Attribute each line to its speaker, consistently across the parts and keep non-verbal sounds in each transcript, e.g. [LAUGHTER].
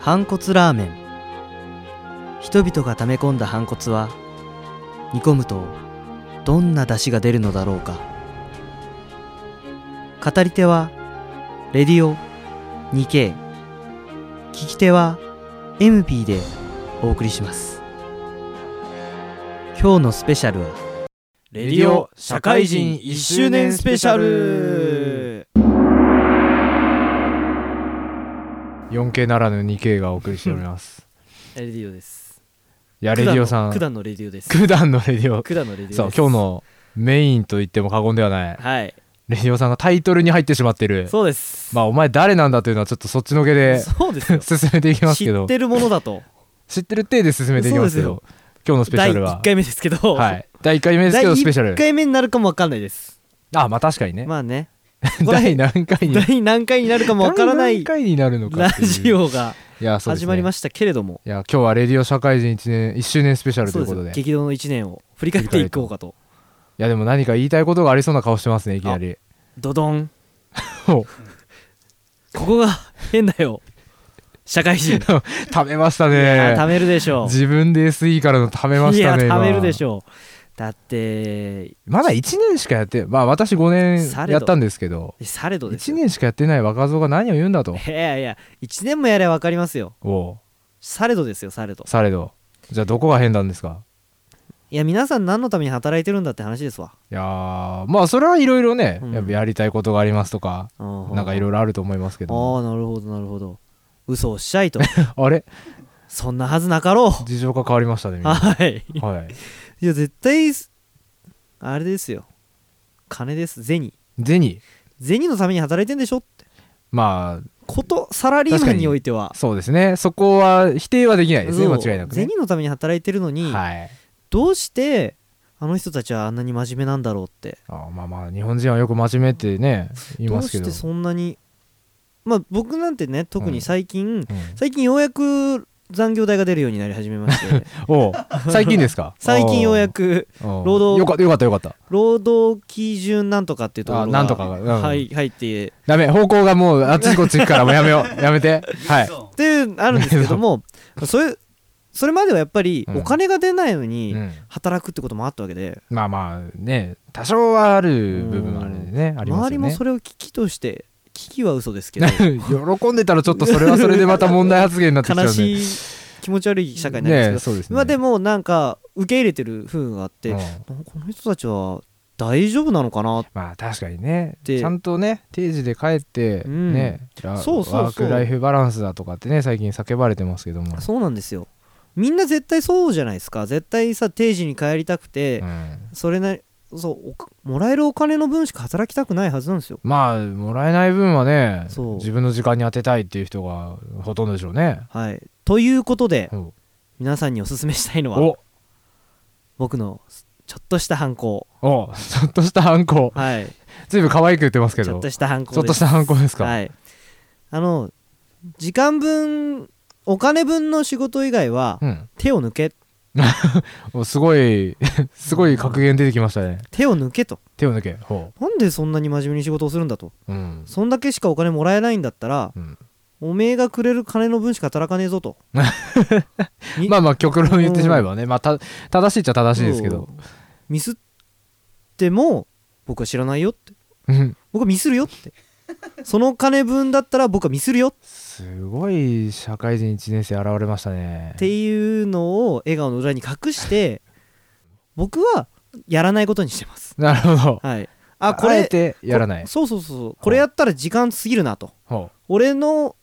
Speaker 1: 反骨ラーメン人々が溜め込んだ反骨は煮込むとどんな出汁が出るのだろうか語り手はレディオ 2K 聞き手は MP でお送りします今日のスペシャルは
Speaker 2: レディオ社会人1周年スペシャル
Speaker 3: 4K ならぬ 2K がお送りしております
Speaker 2: レディオです
Speaker 3: いやレディオさん
Speaker 2: [LAUGHS] 九段のレディオです
Speaker 3: 九段のレディオ
Speaker 2: 九段のレディオです
Speaker 3: そう今日のメインと言っても過言ではない
Speaker 2: はい
Speaker 3: レディオさんがタイトルに入ってしまってる
Speaker 2: そうです
Speaker 3: まあお前誰なんだというのはちょっとそっちのけで
Speaker 2: そうですよ
Speaker 3: 進めていきますけ
Speaker 2: 知
Speaker 3: ど
Speaker 2: ってるものだと
Speaker 3: 知ってる体で進めていきますけど今日のスペシ
Speaker 2: 第
Speaker 3: ャルは
Speaker 2: 1回目ですけど
Speaker 3: はい第1回目です
Speaker 2: 第
Speaker 3: けどスペシャ
Speaker 2: 1
Speaker 3: ル
Speaker 2: 回目になるかもわかんないです
Speaker 3: あまあ確かにね
Speaker 2: まあねこれ
Speaker 3: 第何回に
Speaker 2: 第何回になるかもわからな
Speaker 3: 第何
Speaker 2: い
Speaker 3: 回になるのか
Speaker 2: ラ
Speaker 3: っていう
Speaker 2: ジオが
Speaker 3: いやそうです
Speaker 2: 始
Speaker 3: ね
Speaker 2: まりましたけれども
Speaker 3: いや今日はレディオ社会人1年1周年スペシャルと
Speaker 2: そ
Speaker 3: いうう
Speaker 2: です
Speaker 3: こ
Speaker 2: よ
Speaker 3: とで
Speaker 2: 激動の1年を振り返っていこうかと
Speaker 3: いやでも何か言いたいことがありそうな顔してますねいきなり
Speaker 2: ドドン
Speaker 3: お
Speaker 2: ここが変だよ社会人
Speaker 3: 食べました
Speaker 2: あ
Speaker 3: ね
Speaker 2: 貯めるでしょう
Speaker 3: 自分で SE からの食べましたね
Speaker 2: いや
Speaker 3: 今
Speaker 2: 貯めるでしょうだって
Speaker 3: まだ1年しかやってまあ私5
Speaker 2: され
Speaker 3: 年
Speaker 2: ど
Speaker 3: やったんですけど
Speaker 2: されどです
Speaker 3: 1
Speaker 2: よ
Speaker 3: 年しかやってない若造が何を言うん
Speaker 2: [LAUGHS]
Speaker 3: だと
Speaker 2: いやいや1年もやれば分かりますよ
Speaker 3: おう
Speaker 2: されどですよされど
Speaker 3: されどじゃあどこが変なんですか
Speaker 2: いや皆さん何のために働いてるんだって話ですわ
Speaker 3: いやーまあそれはいろいろね、
Speaker 2: うん
Speaker 3: やっぱやりたいことがありますとか、
Speaker 2: な
Speaker 3: なんかいろいろあると思いますけど
Speaker 2: ああなるほどなるほど嘘をしちゃい
Speaker 3: [LAUGHS]
Speaker 2: と
Speaker 3: あれ
Speaker 2: そんなはずなかろう
Speaker 3: 事情が変わりましたねみんな
Speaker 2: はい
Speaker 3: はい
Speaker 2: いや絶対あれですよ金です銭
Speaker 3: 銭
Speaker 2: 銭のために働いてんでしょって
Speaker 3: ま
Speaker 2: ことサラリーマンにおいては
Speaker 3: あそうですねそこは否定はできないですね
Speaker 2: そう
Speaker 3: 間違いなくね
Speaker 2: 銭のために働いてるのに、
Speaker 3: はい
Speaker 2: どうしてあの人たちはあんなに真面目なんだろうって
Speaker 3: あまあまあ日本人はよく真面目ってね言いますけど
Speaker 2: うしてそんなにまあ僕なんてね特に最近、
Speaker 3: うん
Speaker 2: 最近ようやく残業代が出るようになり始めまして
Speaker 3: [LAUGHS] おう最近ですか
Speaker 2: [LAUGHS] 最近ようやく
Speaker 3: 労
Speaker 2: 労働
Speaker 3: よかったよかったよかった
Speaker 2: 労働基準なんとかっていうところ
Speaker 3: あ
Speaker 2: が
Speaker 3: なんとかが、うん
Speaker 2: はい入って
Speaker 3: ダメ方向がもうあっちこっち行
Speaker 2: [LAUGHS]
Speaker 3: くからもうやめようやめてはい
Speaker 2: っていうあるんですけどもそれそれまではやっぱり
Speaker 3: うん
Speaker 2: お金が出ないのに
Speaker 3: うん
Speaker 2: 働くってこともあったわけで、
Speaker 3: まあまあね多少はある部分はあれねありま
Speaker 2: 周
Speaker 3: す
Speaker 2: り
Speaker 3: よね
Speaker 2: もそれを危機として危機は嘘です
Speaker 3: [LAUGHS]
Speaker 2: けど
Speaker 3: 喜んでたらちょっとそれはそれでまた問題発言になってきちゃう
Speaker 2: 悲
Speaker 3: んで
Speaker 2: しい気持ち悪い社会になりますけど、
Speaker 3: ねそうですね
Speaker 2: まあで
Speaker 3: も
Speaker 2: もなんか受け入れてる風があって、なんかこの人たちは大丈夫なのかな
Speaker 3: まあ確かにね
Speaker 2: で
Speaker 3: ちゃんとね定時で帰って
Speaker 2: うん
Speaker 3: ね、ラ
Speaker 2: そうそうそう
Speaker 3: ワークライフバランスだとかってね最近叫ばれてますけども、
Speaker 2: そうなんですよみんな絶対そうじゃないですか絶対さ定時に帰りたくて、
Speaker 3: うん
Speaker 2: それなりそうおかもらえるお金の分しか働きたくないはずなんですよ
Speaker 3: まあもらえない分はね
Speaker 2: そう
Speaker 3: 自分の時間に当てたいっていう人がほとんどでしょうね、
Speaker 2: はいということで
Speaker 3: うん
Speaker 2: 皆さんにおすすめしたいのは
Speaker 3: お
Speaker 2: 僕のちょっとした犯行
Speaker 3: おちょっとしたハンコ
Speaker 2: はい
Speaker 3: ずいぶん可愛く言って [LAUGHS] ますけ
Speaker 2: ちょ
Speaker 3: ど
Speaker 2: っとした犯行です
Speaker 3: ちょっとしたハンコですか、
Speaker 2: はいあの時間分お金分の仕事以外は
Speaker 3: うん
Speaker 2: 手を抜け
Speaker 3: おすごい [LAUGHS] すごい格言出てきましたね
Speaker 2: 手を抜けと
Speaker 3: 手を抜けほ
Speaker 2: なんでそんなに真面目に仕事をするんだと
Speaker 3: ううん
Speaker 2: そんだけしかお金もらえないんだったら
Speaker 3: うん
Speaker 2: おめえがくれる金の分しか働かねえぞとに
Speaker 3: まあまあ極論言ってしまえばね、まあ、た正しいっちゃ正しいですけど
Speaker 2: そうミスっても僕は知らないよって
Speaker 3: うん
Speaker 2: 僕はミスるよってその金分だったら僕はミスるよっ
Speaker 3: すごい社会人1年生現れましたね
Speaker 2: ていうのを笑顔の裏に隠して僕はやらないことにしてます
Speaker 3: なるほど
Speaker 2: はいあこれ
Speaker 3: えてやらない
Speaker 2: そうそうそうそうこれやったら時間過ぎるなと
Speaker 3: ほ
Speaker 2: 俺の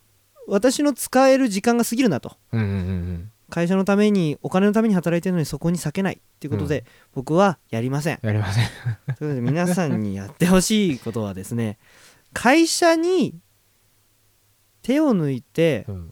Speaker 2: 私の使える時間が過ぎるなと
Speaker 3: ううんうんうん
Speaker 2: 会社のためにお金のために働いてるのにそこに避けないっていうことで、僕はやりません
Speaker 3: うんやりません
Speaker 2: という
Speaker 3: [LAUGHS]
Speaker 2: ことで皆さんにやってほしいことはですね会社に手を抜いて
Speaker 3: うん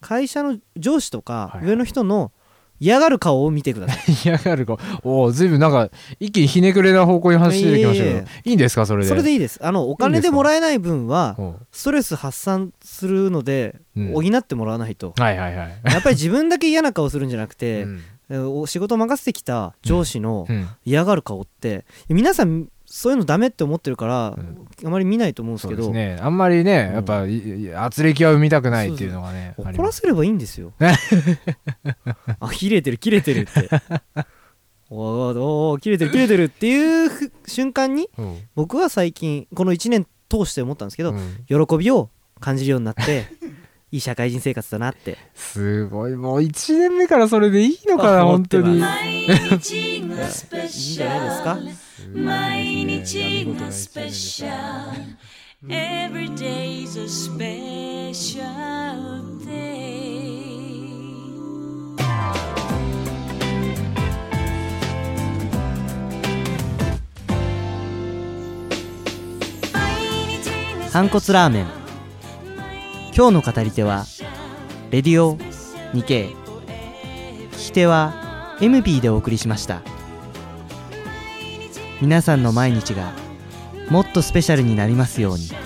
Speaker 2: 会社の上司とか
Speaker 3: はい
Speaker 2: 上の人の嫌がる顔を見てください
Speaker 3: 嫌がる子おおずいぶんなんか一気にひねくれな方向に走ってきましたけ
Speaker 2: い
Speaker 3: ど
Speaker 2: やいやい
Speaker 3: いいんですかそれで
Speaker 2: それでいいですあのお
Speaker 3: いい
Speaker 2: 金
Speaker 3: んで
Speaker 2: です
Speaker 3: か
Speaker 2: もらえない分は
Speaker 3: ほ
Speaker 2: ストレス発散するので
Speaker 3: ううん
Speaker 2: 補ってもらわないと
Speaker 3: はいはいはい
Speaker 2: やっぱり自分だけ嫌な顔するんじゃなくて
Speaker 3: [LAUGHS] うん
Speaker 2: えーお仕事任せてきた上司の
Speaker 3: うん
Speaker 2: 嫌がる顔って皆さんそういうのダメって思ってるから、
Speaker 3: うん
Speaker 2: あまり見ないと思うんです
Speaker 3: そう
Speaker 2: け
Speaker 3: です
Speaker 2: ど
Speaker 3: ねあんまりね
Speaker 2: うん
Speaker 3: やっぱいい圧力は生みたくないっていうのがねあり
Speaker 2: 怒
Speaker 3: ま
Speaker 2: ら
Speaker 3: す
Speaker 2: せればいいんですよ。あ切れてる切れてる
Speaker 3: [LAUGHS]
Speaker 2: って。おーおー切れてる切れてるっていうふ瞬間に
Speaker 3: うん
Speaker 2: 僕は最近この1年通して思ったんですけど、
Speaker 3: うん
Speaker 2: 喜びを感じるようになっていい社会人生活だなって
Speaker 3: すごいもう1年目からそれでいいのか
Speaker 2: あ
Speaker 3: な
Speaker 2: 思っ
Speaker 3: 本
Speaker 2: て
Speaker 3: 当
Speaker 2: ます
Speaker 3: に
Speaker 2: いいんじゃないですか。
Speaker 4: 毎日がスペシャル Every day's a special day
Speaker 1: 反骨ラーメン今日の語り手はレディオ 2K 聞き手は MB でお送りしました皆さんの毎日がもっとスペシャルになりますように。